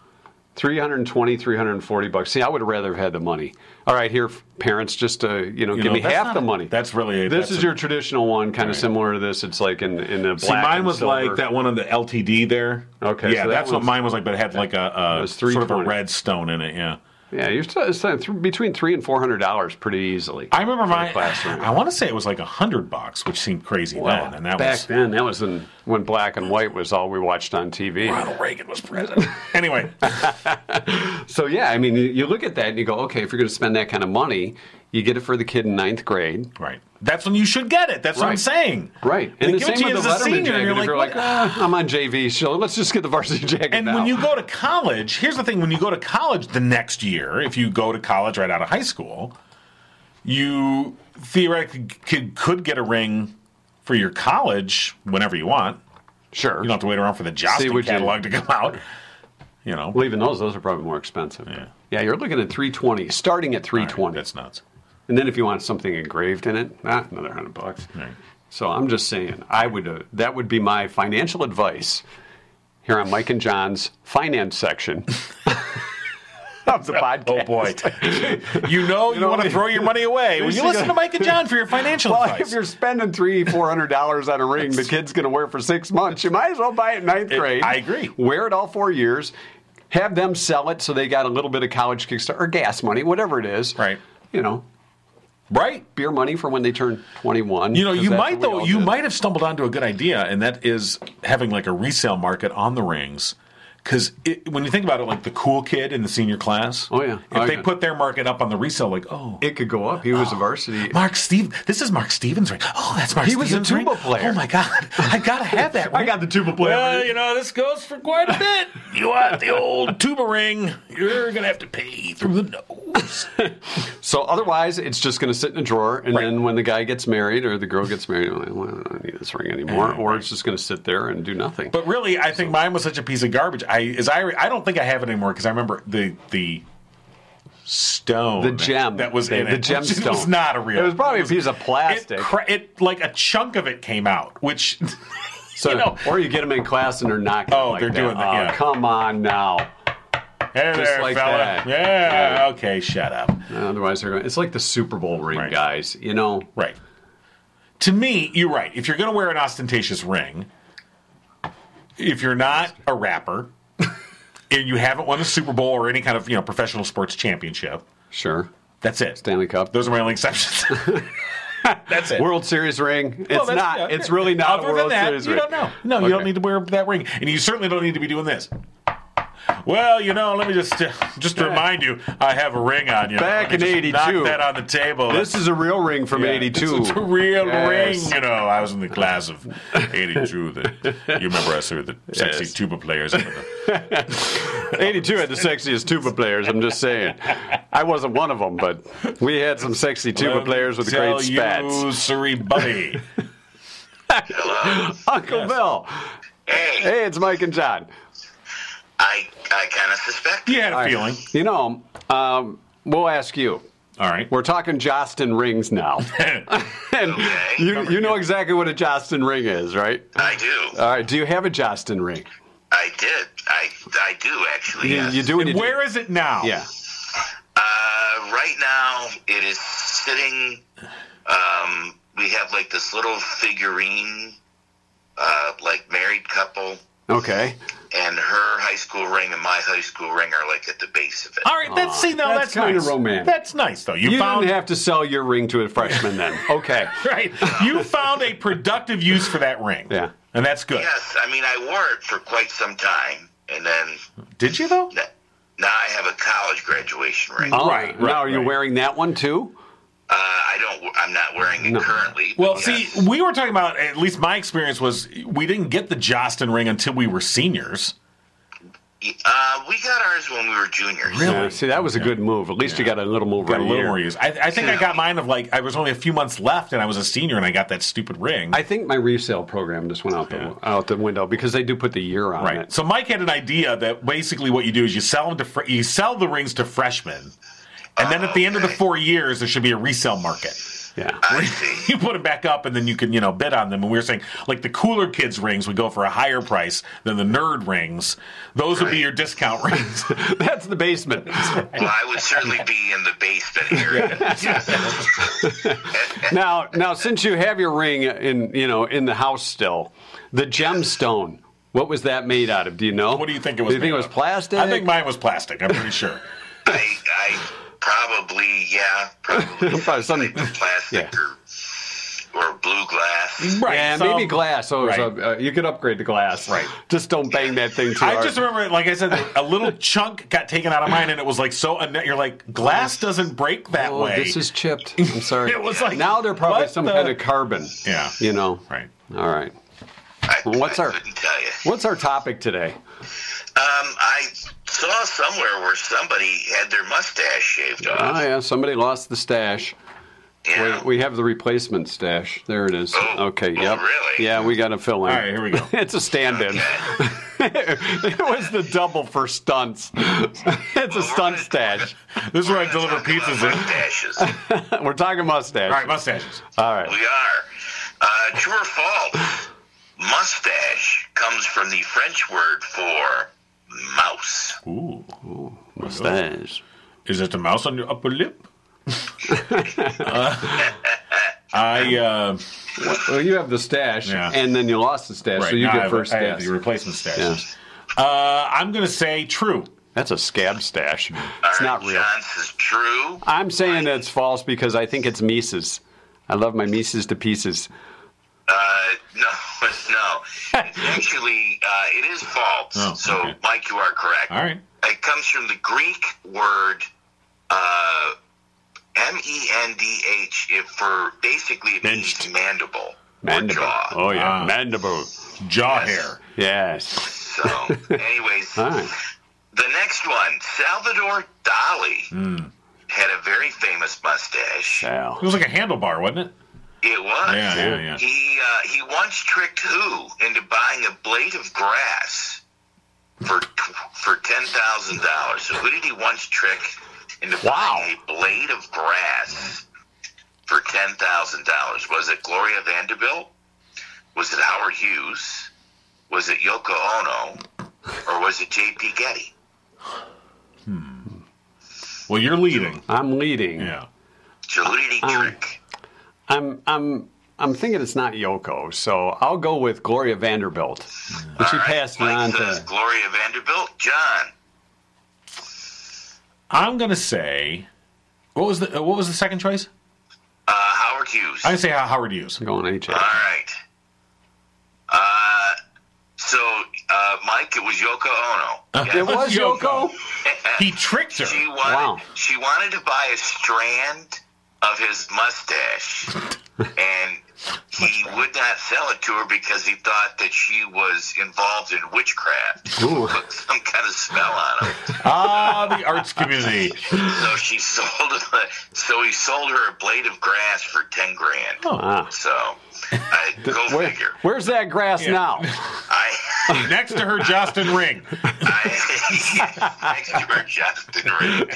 three hundred twenty, three hundred forty bucks. See, I would rather have had the money. All right, here, parents, just uh, you know, give
know,
me
that's
half
not
the
a-
money.
that's really a-
this
that's
is
a-
your traditional one, kind of similar to this. It's like in in the black.
See, mine
and
was
silver.
like that one on the LTD there.
Okay,
yeah,
so that
that's what
one's-
mine was like, but it had like a, a
was
sort of a
320.
red stone in it. Yeah,
Yeah, you're still, it's like th- between three and four hundred dollars pretty easily.
I remember
for a
mine.
class ring.
I want to say it was like a hundred bucks, which seemed crazy
Well,
then, and that
back
was
then, that was in, when black and white was all we watched on TV.
Ronald Reagan was president. anyway,
So yeah, I mean, you, you look at that and you go, okay, if you're going to spend that kind of money, you get it for the kid in ninth grade,
right, that's when you should get it. That's what I'm
Right.
saying.
Right.
They
And the
give it
same
to you
with
as
the
a
Letterman
senior,
jacket.
and you're
if
like,
you're like,
"What?"
"Ah, I'm on JV, so let's just get the varsity jacket
And
now.
when you go to college, here's the thing: when you go to college the next year, if you go to college right out of high school, you theoretically could, could get a ring for your college whenever you want.
sure.
You don't have to wait around for the
what
Jostin
you-
catalog to come out. You know,
Well, even those, those are probably more expensive.
Yeah.
you're looking at 320, starting at 320.
that's nuts.
and then if you want something engraved in it, ah, another 100 bucks.
Right.
So I'm just saying, I would uh, that would be my financial advice here on Mike and John's finance section of the podcast.
Oh boy, you know you,
know
want
what
to
I-
throw your money away when you
Basically-
listen to Mike and John for your financial
Well, if
advice.
you're spending three, four hundred dollars on a ring the kid's going to wear for six months, you might as well buy it in ninth
It-
grade.
I agree.
Wear it all four years. Have them sell it so they got a little bit of college kickstart or gas money, whatever it is.
Right.
You know,
right.
beer money for when they turn 21.
You know,
'cause
you
that's what
might
we
though.
all
You
did.
might have stumbled onto a good idea, and that is having like a resale market on the rings. Because when you think about it, like the cool kid in the senior class.
Oh, yeah.
If
Oh,
they
yeah.
put their market up on the resale, like oh.
It could go up. He was a varsity.
Mark Steve, this is Mark Stevens ring. Oh, that's Mark.
He was a
Stevens ring.
tuba player.
Oh my God, I gotta have that.
I
ring.
got the tuba player
Well,
ring.
you know this goes for quite a bit. you want the old tuba ring? You're gonna have to pay through the nose.
So otherwise, it's just going to sit in a drawer, and
Right.
then when the guy gets married or the girl gets married, you're like, well, I don't need this ring anymore, or it's just going to sit there and do nothing.
But really, I think mine was such a piece of garbage. I is I I don't think I have it anymore because I remember the the stone,
the gem
that was
the,
in
the
it.
gemstone
It was not a real.
It was probably a piece of
It,
plastic.
cra- it like a chunk of it came out, which
So,
you know.
or you get them in class and they're knocking.
Oh,
like
they're doing that,
Oh,
yeah.
Come on now.
hey
just
there,
like
fella.
that.
Yeah, okay, shut up.
Otherwise, they're going. It's like the Super Bowl ring,
Right.
guys. You know,
Right. To me, you're right. If you're going to wear an ostentatious ring, if you're not a rapper and you haven't won the Super Bowl or any kind of you know professional sports championship,
sure.
that's it.
Stanley Cup,
Those are my only exceptions. that's it.
World Series ring. It's
Well, that's-
not.
yeah,
It's
yeah.
really not
Other
a World
than that,
Series
you
ring.
don't know. No, you
Okay.
don't need to wear that ring, and you certainly don't need to be doing this. Well, you know, let me just uh, just remind you, I have a ring on you.
Back
Let me
in
just knock
82.
that on the table.
This is a real ring from
Yeah,
'82.
It's a real
Yes.
ring, you know. I was in the class of '82. That you remember us who were the sexy
Yes.
tuba players.
'82 had the sexiest tuba players. I'm just saying. I wasn't one of them, but we had some sexy tuba
Let me
players with
tell
great spats.
You, Surrey buddy.
Uncle Bill.
Hey,
Hey, it's Mike and John.
I I kind of suspect.
You had a feeling.
You know, um, we'll ask you.
All right.
We're talking Jostin rings now. and you, you know exactly what a Jostin ring is, right?
I do.
All right. Do you have a Jostin ring?
I did. I I do actually.
You,
yes.
you do. and you
And
do.
where is it now?
Yeah.
Uh, right now, it is sitting. Um, we have like this little figurine, uh, like married couple,
Okay.
and her high school ring and my high school ring are like at the base of it.
Oh.
All right. That's see. Now
That's
that's,
kinda
nice.
romantic.
That's nice though. You,
You
found
didn't have to sell your ring to a freshman then. Okay.
right. You found a productive use for that ring.
Yeah.
And that's good.
Yes, I mean I wore it for quite some time, and then
Did you though?
n- now I have a college graduation ring.
All
Right,
right.
right,
now, are you
right.
wearing that one too?
Uh, I don't. I'm not wearing it currently.
Well,
but uh,
see,
yes.
we were talking about. At least my experience was we didn't get the Jostin ring until we were seniors.
uh, we got ours when we were juniors.
Yeah, see, that was a good move. At least you got a little move
Got
right
a little
here.
more use. I, I think I got mine of like I was only a few months left, and I was a senior, and I got that stupid ring.
I think my resale program just went out the out the window because they do put the year on
right.
it.
So Mike had an idea that basically what you do is you sell them to fr- you sell the rings to freshmen, and then at the end of the four years there should be a resale market.
Yeah.
I see.
You put them back up, and then you can you know bid on them. And we were saying like the cooler kids rings would go for a higher price than the nerd rings. Those would be your discount rings.
That's the basement.
Well, I would certainly be in the basement area.
now, now, since you have your ring in you know in the house still, the gemstone. What was that made out of? Do you know?
What do you think it was?
Do you think
made
it was
of?
plastic?
I think mine was plastic. I'm pretty sure.
I, I probably, yeah, probably,
Probably something-
like plastic
yeah.
or or blue glass.
right.
Yeah,
so-
maybe glass. So it was a, uh, you could upgrade the glass.
Right.
Just don't bang that thing too
I
hard.
just remember, like I said, a little chunk got taken out of mine, and it was like so. unne- You're like, glass doesn't break that
oh,
way.
this is chipped. I'm sorry.
It was like,
now they're probably
what
some
the-
kind of carbon.
Yeah.
You know.
right.
All right.
I,
Well, what's
I
our-
couldn't tell you.
What's our topic today?
Um, I saw somewhere where somebody had their mustache shaved off.
Ah, yeah, somebody lost the stash.
yeah.
We, we have the replacement stash. There it is.
Oh,
okay,
oh,
yep.
really?
Yeah, we got to fill in.
All right, here we go.
it's a stand in. it was the double for stunts. it's a stunt stash.
This is where I
Let's
deliver
talk about
pizzas in.
Mustaches.
We're talking mustache.
All right, mustaches.
All right.
we are. Uh, true or false? Mustache comes from the French word for mouse.
Ooh,
Mustache.
is it the mouse on your upper lip? Uh, I uh,
Well, you have the stash,
Yeah.
and then you lost the stash,
right,
so you
now I
get
have-
first
I have
stash.
the replacement stash.
Yeah.
Uh, I'm gonna say true.
That's a scab stash. It's
All right,
not real.
John says true.
I'm saying that's false because I think it's Mises. I love my Mises to pieces.
Uh, no, no. It's actually, uh, it is false.
Oh,
so,
okay.
Mike, you are correct.
All right.
It comes from the Greek word uh, M E N D H. If for basically it
Minced.
means mandible,
Mandible.
or jaw.
Oh, yeah.
Ah.
Mandible.
Jaw hair.
Yes.
So, anyways,
All right.
the next one, Salvador Dali.
Hmm.
Had a very famous mustache.
Sal.
It was like a handlebar, wasn't it?
It was.
Yeah, yeah, yeah.
He uh, he once tricked who into buying a blade of grass for tw- for ten thousand dollars. So who did he once trick into buying a blade of grass for ten thousand dollars? Was it Gloria Vanderbilt? Was it Howard Hughes? Was it Yoko Ono? Or was it J.P. Getty?
Well, you're leading.
I'm leading.
Yeah.
So who did he trick?
I'm I'm I'm thinking it's not Yoko, so I'll go with Gloria Vanderbilt. But she
All right,
passed it
Mike
on
says
to
Gloria Vanderbilt. John.
I'm gonna say. What was the uh, what was the second choice?
Uh, Howard Hughes.
I can say how Howard Hughes.
going HA.
All right. Uh, so, uh, Mike, it was Yoko Ono.
Uh, It was Yoko.
He tricked her.
She wanted,
Wow.
she wanted to buy a strand of his mustache, and he would not sell it to her because he thought that she was involved in witchcraft,
Ooh.
put some kind of spell on him.
Ah, the arts community.
So she sold, so he sold her a blade of grass for ten grand.
Ah.
So, I, go
Where-
figure.
where's that grass now?
I.
Next to her, Justin Ring.
I, thanks for Justin Reed.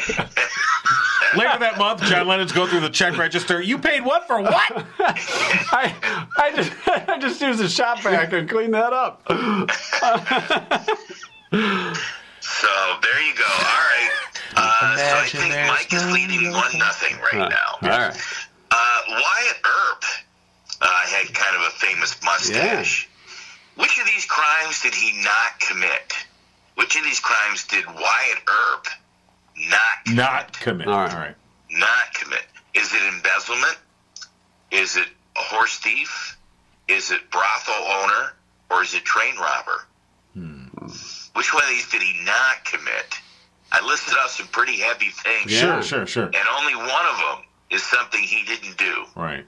Later that month, John Lennon's go through the check register. You paid what for what?
I, I just I just used a shop vac and cleaned that up.
So there you go. All right. Uh, so I
Imagine
think
there's
Mike is
no
leading one nothing right now.
All right.
Uh, Wyatt Earp uh, had kind of a famous mustache. Which of these crimes did he not commit? Which of these crimes did Wyatt Earp not commit?
Not commit.
All right.
not commit? Is it embezzlement? Is it a horse thief? Is it brothel owner? Or is it train robber? Which one of these did he not commit? I listed off some pretty heavy things,
Yeah.
Sure, sure, sure.
and only one of them is something he didn't do.
Right.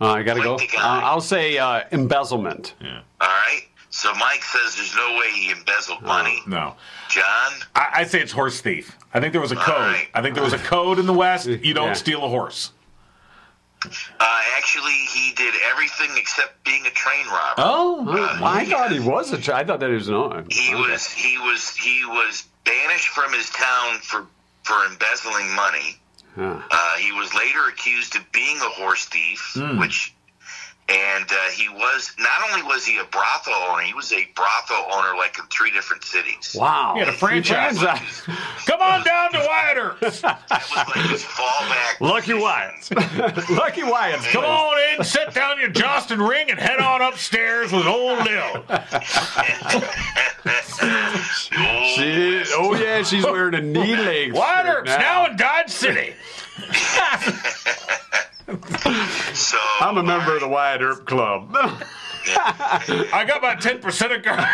Uh, I gotta go. Uh, I'll say uh, embezzlement.
Yeah.
All right. So Mike says there's no way he embezzled money.
No.
John,
I, I say it's horse thief. I think there was a code.
right.
I think there was a code in the West. You don't
Yeah.
steal a horse.
uh, actually, he did everything except being a train robber.
Oh.
I thought he was a. Tra- I thought that he was an.
He was he was he was banished from his town for for embezzling money.
Yeah.
Uh, he was later accused of being a horse thief,
Hmm.
which and uh, he was not only was he a brothel owner, he was a brothel owner like in three different cities.
Wow.
He had a franchise. Come on down to Wyatt Earp.
That was like his fallback.
Lucky
position.
Wyatts.
Lucky Wyatt.
Come on in, set down your Johnston ring, and head on upstairs with old Lil.
Oh,
She is- oh yeah, she's wearing a knee length.
Wyatt
shirt
Earp's now in Dodge City.
so
I'm a member of the Wyatt Earp Club.
I got my 10% of guard.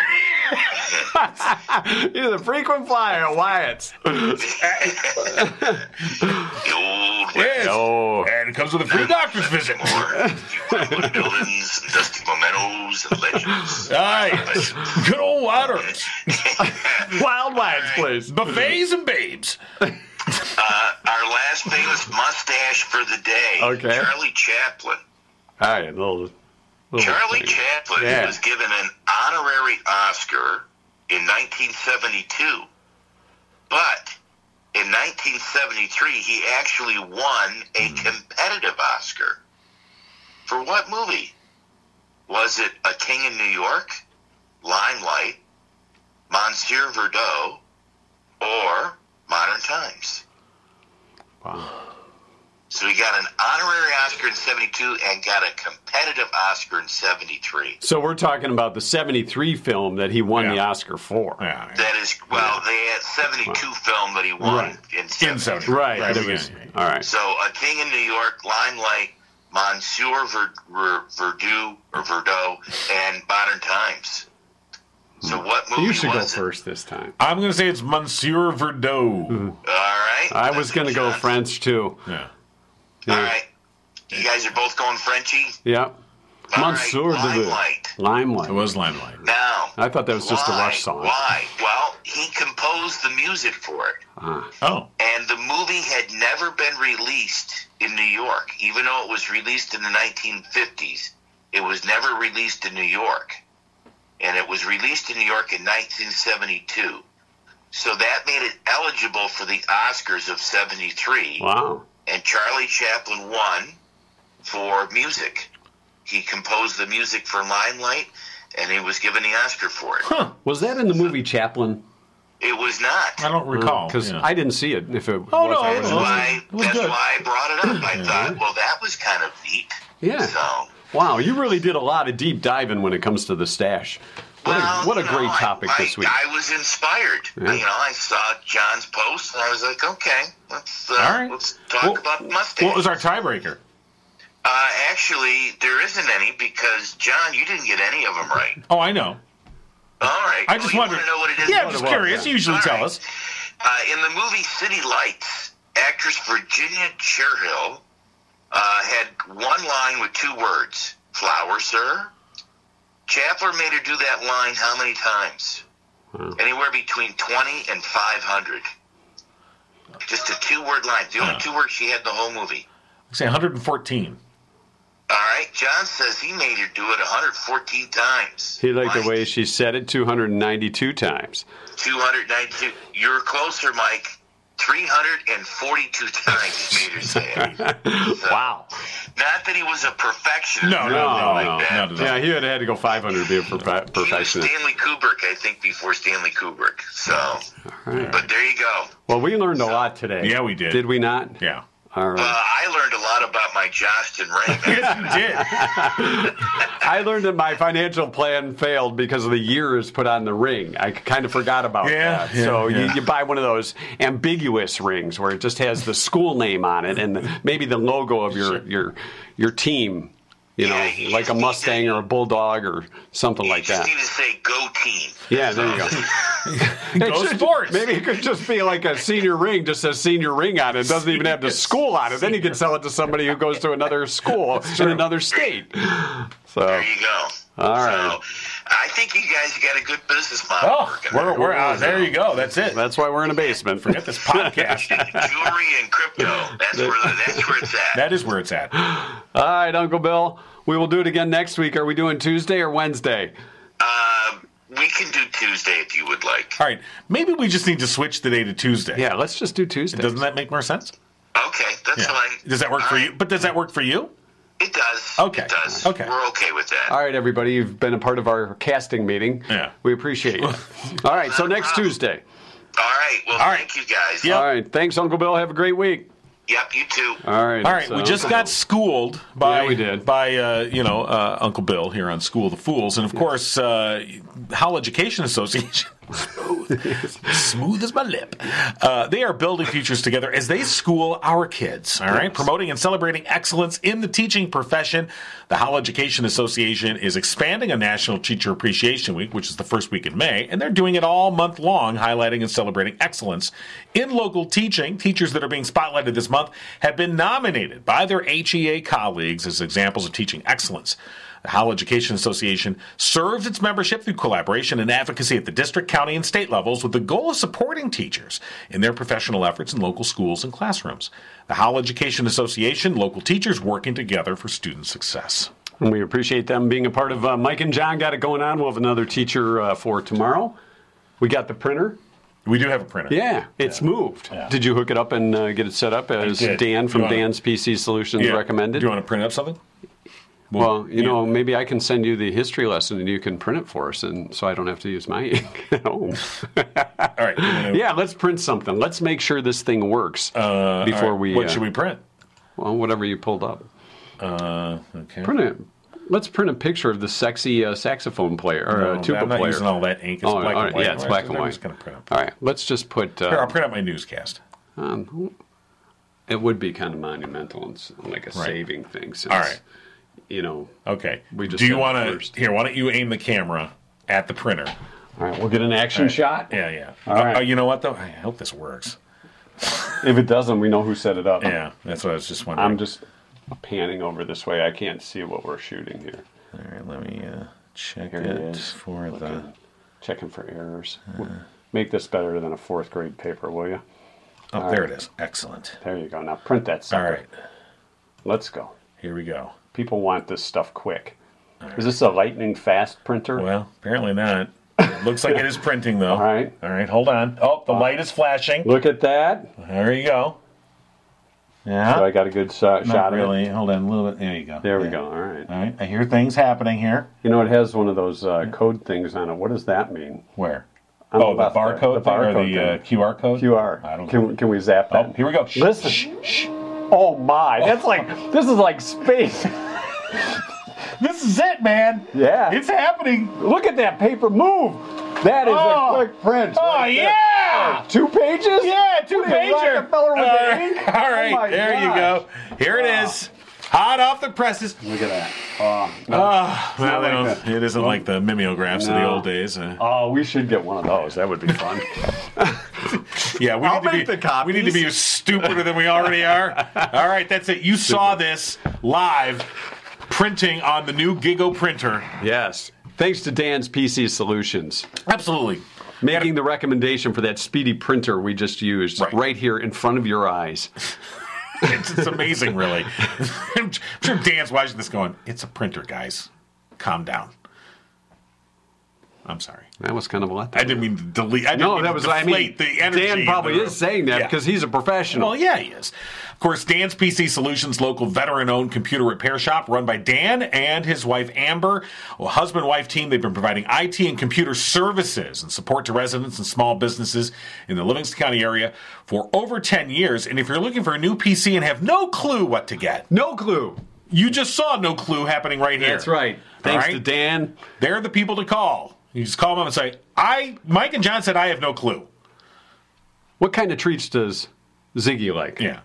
He's a frequent flyer at Wyatt's.
the old
Yes.
Oh,
And it comes with a free doctor's visit. All
Westmore, Wood buildings, and dusty mementos, and legends.
right. Good old Wyatt Earp's.
Wild Wyatt's place.
Buffets and babes.
Uh, our last famous mustache for the day.
Okay.
Charlie Chaplin.
All right, little, little
Charlie
thing.
Chaplin
Yeah.
was given an honorary Oscar in 1972, but in 1973 he actually won a competitive Oscar. For what movie? Was it A King in New York, Limelight, Monsieur Verdot, or Modern Times? So he got an honorary Oscar in 72 and got a competitive Oscar in 73.
So we're talking about the '73 film that he won
Yeah.
the Oscar for.
Yeah.
That is, well, they had 72 film that he won
Right.
in
In
73.
73.
Right.
Right,
that
yeah,
was-
yeah, yeah.
All right.
So A King in New York, Limelight, Monsieur Ver, Ver, Verdu, or Verdot, and Modern Times. So what movie
Hmm. You should go
was it?
first this time.
I'm going to say it's Monsieur Verdot.
All right.
I was going to go
Johnson.
French too.
Yeah.
Yeah.
All right. You guys are both going Frenchie?
Yep.
All right,
Monsieur de
Limelight.
Limelight.
It was Limelight.
Now.
I thought that was just a Rush song.
Why? Well, he composed the music for it.
Ah.
Oh.
And the movie had never been released in New York, even though it was released in the 1950s. It was never released in New York. And it was released in New York in 1972. So that made it eligible for the Oscars of 73.
Wow.
And Charlie Chaplin won for music. He composed the music for Limelight, and he was given the Oscar for it.
Was that in the movie Chaplin?
It was not.
I don't recall.
Because
yeah.
I didn't see it. If it
Oh,
was,
no,
I
it
was-
That's
was-
why,
it was
that's
good.
why I brought it up. I thought, well, that was kind of neat.
Yeah.
So,
Wow, you really did a lot of deep diving when it comes to the stash. What
well,
a, what a
you know,
great
I-
topic
I,
this week.
I was inspired. You know, I saw John's post and I was like, okay, let's uh,
All right.
let's talk
Well,
about mustache.
What was our tiebreaker?
uh, actually, there isn't any because John, you didn't get any of them right.
Oh, I know.
All right.
I just
well,
wondered-
Oh, You want to know what it is?
Yeah, I'm just
was,
curious.
yeah.
You usually
All
tell
right.
us.
Uh, in the movie City Lights, actress Virginia Cherhill uh, had one line with two words Flower, sir. Chapler made her do that line how many times?
Hmm.
Anywhere between 20 and 500. Just a two word line. The only
Huh.
two words she had the whole movie.
I say 114.
All right, John says he made her do it 114 times.
he liked the
Mike,
way she said it 292 times.
292. You're closer, Mike. 342 times, Peter said.
wow.
Not that he was a perfectionist.
No,
or
no,
anything
no,
like
no,
that.
not at all.
Yeah, he would have had to go 500 to be a profe-
He was
perfectionist.
Stanley Kubrick, I think, before Stanley Kubrick. So, but there you go.
Well, we learned a lot today.
Yeah, we did.
Did we not?
Yeah.
All
Uh,
right.
I learned a lot about my Johnston Raymond.
Yes, you did.
I learned that my financial plan failed because of the years put on the ring. I kind of forgot about
Yeah,
that.
yeah,
so
yeah.
You, you buy one of those ambiguous rings where it just has the school name on it and the, maybe the logo of your your your team. You
Yeah,
know,
you
like a
just need
Mustang
to-
or a Bulldog or something like
you just
that.
need to say "Go Team."
Yeah, there you go. It
Go
should-
sports.
Maybe it could just be like a senior ring, just says senior ring on it. It doesn't even have the school on it. Then you can sell it to somebody who goes to another school in another state. So
There you go.
All right.
So, I think you guys got a good business model.
Oh,
working
we're,
there.
we're out. There you go. That's it.
that's why we're in a basement.
Forget this podcast.
jewelry and crypto. That's where the, that's where it's at.
that is where it's at.
All right, Uncle Bill. We will do it again next week. Are we doing Tuesday or Wednesday?
Uh, we can do Tuesday if you would like.
All right. Maybe we just need to switch the day to Tuesday.
Yeah, let's just do Tuesday.
Doesn't that make more sense?
Okay, that's fine.
Does that work for
All
you? But does that work for you?
It does.
Okay.
It does.
Okay.
We're okay with that.
All right, everybody. You've been a part of our casting meeting.
Yeah.
We appreciate you. All right, so next Tuesday.
All right. Well,
All right.
thank you guys.
Yeah.
All right. Thanks, Uncle Bill. Have a great week.
Yep. You too.
All right.
All right, we
sounds
just
good.
got schooled by
Yeah, we did.
by uh, you know uh, Uncle Bill here on School of the Fools, and of course uh, Howell Education Association. smooth, smooth as my lip. Uh, they are building futures together as they school our kids. All right, promoting and celebrating excellence in the teaching profession. The Howell Education Association is expanding a National Teacher Appreciation Week, which is the first week in May, and they're doing it all month long, highlighting and celebrating excellence in local teaching. Teachers that are being spotlighted this month have been nominated by their HEA colleagues as examples of teaching excellence. The Howell Education Association serves its membership through collaboration and advocacy at the district, county, and state levels with the goal of supporting teachers in their professional efforts in local schools and classrooms. The Howell Education Association, local teachers working together for student success.
And we appreciate them being a part of uh, Mike and John got it going on. We'll have another teacher uh, for tomorrow. We got the printer.
We do have a printer.
Yeah, it's moved.
Yeah.
Did you hook it up and uh, get it set up as
did.
Dan from
You wanna-
Dan's PC Solutions
Yeah.
recommended?
Do you want to print up something?
Well, you
yeah.
know, maybe I can send you the history lesson and you can print it for us, and so I don't have to use my ink at home.
All right. you wanna-
yeah, let's print something. Let's make sure this thing works
Uh,
before
all right,
we.
What
uh,
should we print?
Well, whatever you pulled up.
Uh, okay.
Print it. Let's print a picture of the sexy uh, saxophone player or
No,
uh, tuba
Um, I'm not
player.
using all that ink. It's
Oh,
black
all
and
right,
white.
Yeah, it's
All right,
black and
I'm
white.
just gonna print up.
All right, let's just put.
Here,
Uh,
I'll print out my newscast.
um, it would be kind of monumental and s- like a saving thing. Since,
All right.
You know.
Okay.
We just
do you
said it
want
first.
to? Here, why don't you aim the camera at the printer?
All right, we'll get an action shot.
Yeah, yeah.
All
Uh,
right.
uh, you know what though? I hope this works.
If it doesn't, we know who set it up.
Yeah, that's what I was just wondering.
I'm just panning over this way. I can't see what we're shooting here.
All right, let me uh, check
Here
it,
it is.
for the.
Looking- Checking for errors.
Uh-huh.
Make this better than a fourth grade paper, will you?
Oh, there it is. Excellent.
There you go. Now print that
All
sucker.
right,
Let's go.
here we go.
People want this stuff quick. Is this a lightning fast printer?
Well, apparently not. It looks like it is printing though.
All right.
All right. Hold on. Oh, the light is flashing.
Look at that.
There you go.
So I
Yeah.
got a good so-
Not
shot of it.
really. Hold on a little bit. There you go.
There we
Yeah.
go. All right.
All right. I hear things happening here.
You know, it has one of those uh, code things on it. What does that mean?
Where?
On
oh,
the
the,
left there,
barcode
the
thing or
barcode
the uh,
thing.
QR code?
QR.
I don't
can, can we zap that?
Oh, here we go. Shh,
Listen.
shh, shh.
Oh my! That's like this is like space.
This is it, man.
Yeah.
It's happening.
Look at that paper move. That is
Oh.
a quick print.
Oh,
right there.
yeah.
Two pages?
Yeah, two
What are you,
pager.
Rockefeller with
all
the
right,
ink?
all
Oh
right.
my
there
gosh. Ah.
you go. Here it is. Hot off the presses.
Look at that. Oh, no.
Ah, well,
not
they
like
don't- it isn't like the mimeographs of the
No.
old days. uh,
Oh, we should get one of those. That would be fun.
yeah, we
I'll
need,
make
to
the
be, we need to be stupider than we already are. All right, that's it. You saw this live printing on the new Gigo printer.
yes. Thanks to Dan's PC Solutions,
Absolutely.
making the recommendation for that speedy printer we just used
Right.
right, here in front of your eyes.
It's, it's amazing, really. I'm sure Dan's watching this going, it's a printer, guys. Calm down. I'm sorry.
That was kind of a let.
I didn't mean to delete. I didn't
No,
mean
that
to
was. I mean,
deflate the energy.
Dan
in
probably
the room.
is saying that
Yeah.
because he's a professional.
Well, yeah, he is. Of course, Dan's PC Solutions, local veteran owned computer repair shop run by Dan and his wife Amber, a husband wife team. They've been providing IT and computer services and support to residents and small businesses in the Livingston County area for over 10 years. And if you're looking for a new PC and have no clue what to get,
No clue.
you just saw no clue happening right here.
That's right. Thanks
All right?
to Dan.
They're the people to call. You just call them up and say, I, Mike and John said, I have no clue.
What kind of treats does Ziggy like?
Yeah.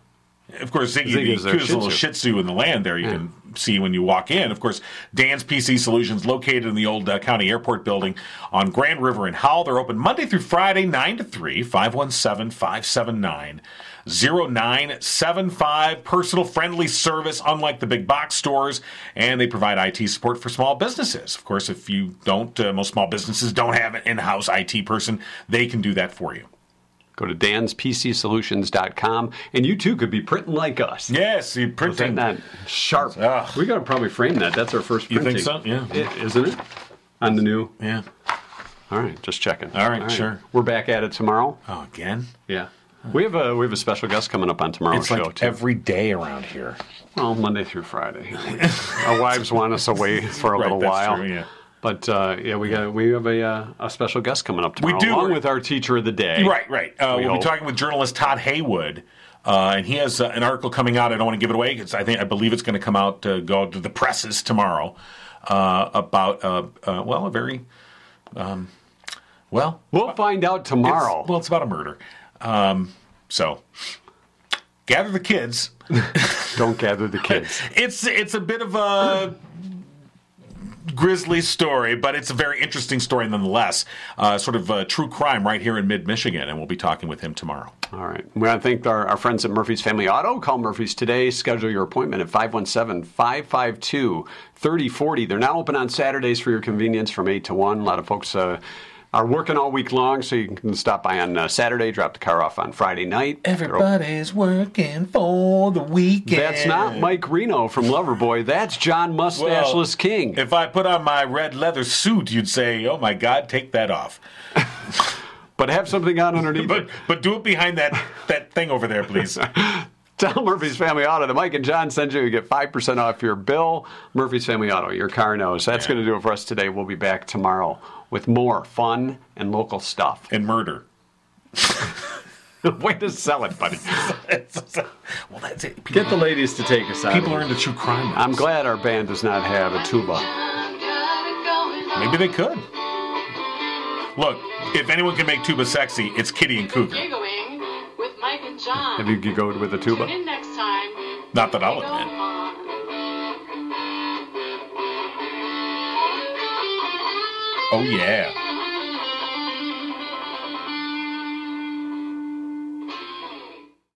Of course, Ziggy,
Ziggy's
the
our
cutest
Shih
little
Tzu.
Shih Tzu in the land there. You can see when you walk in. Of course, Dan's PC Solutions, located in the old uh, County Airport building on Grand River in Howell. They're open Monday through Friday, 9 to 3, 517 579 0975. Personal friendly service, unlike the big box stores, and they provide IT support for small businesses. Of course, if you don't, uh, most small businesses don't have an in house IT person, they can do that for you.
Go to danspcsolutions.com, and you too could be printing like us.
Yes, you
Is that
printing.
not sharp?
Ugh.
We got to probably frame that. That's our first
You
printing.
think so? Yeah.
It, isn't it? On the new.
Yeah.
All right, just checking.
All right, sure.
We're back at it tomorrow.
Oh, again?
Yeah. We have a we have a special guest coming up on tomorrow's
It's
show
like
too.
every day around here.
well, Monday through Friday. our wives want us away for a
Right,
little
that's
while.
true, yeah.
But uh, yeah, we got we have a uh, a special guest coming up tomorrow,
do.
along with our teacher of the day.
Right, right. Uh,
We
we will
hope.
be talking with journalist Todd Haywood, uh, and he has uh, an article coming out. I don't want to give it away because I think I believe it's going to come out uh, go to the presses tomorrow uh, about uh, uh, well, a very um, well,
We'll find out
it's-
tomorrow.
well, it's about a murder. Um, so gather the kids.
Don't gather the kids.
It's it's a bit of a grisly story, but it's a very interesting story nonetheless. Uh, sort of uh true crime right here in mid Michigan, and we'll be talking with him tomorrow.
All right. We want to thank our, our friends at Murphy's Family Auto. Call Murphy's today. Schedule your appointment at 517 552 3040. They're now open on Saturdays for your convenience from 8 to 1. A lot of folks uh, are working all week long, so you can stop by on uh, Saturday, drop the car off on Friday night.
Everybody's working for the weekend.
That's not Mike Reno from Loverboy. That's John Mustacheless King.
If I put on my red leather suit, you'd say, "Oh my God, take that off."
but have something on underneath.
But
it.
but do it behind that that thing over there, please.
Tell Murphy's Family Auto that Mike and John send you. You get 5% off your bill. Murphy's Family Auto, your car knows. That's going to do it for us today. We'll be back tomorrow with more fun and local stuff.
And murder.
Way to sell it, buddy.
well, that's it. People,
Get the ladies to take us out.
people are into true crime. now.
I'm glad our band does not have a tuba.
Maybe they could. Look, if anyone can make tuba sexy, it's Kitty and Cougar.
Giggling with Mike and John.
Have you giggled with a
Tune
tuba?
in next time.
Not that I'll
Go
admit.
on.
Oh yeah.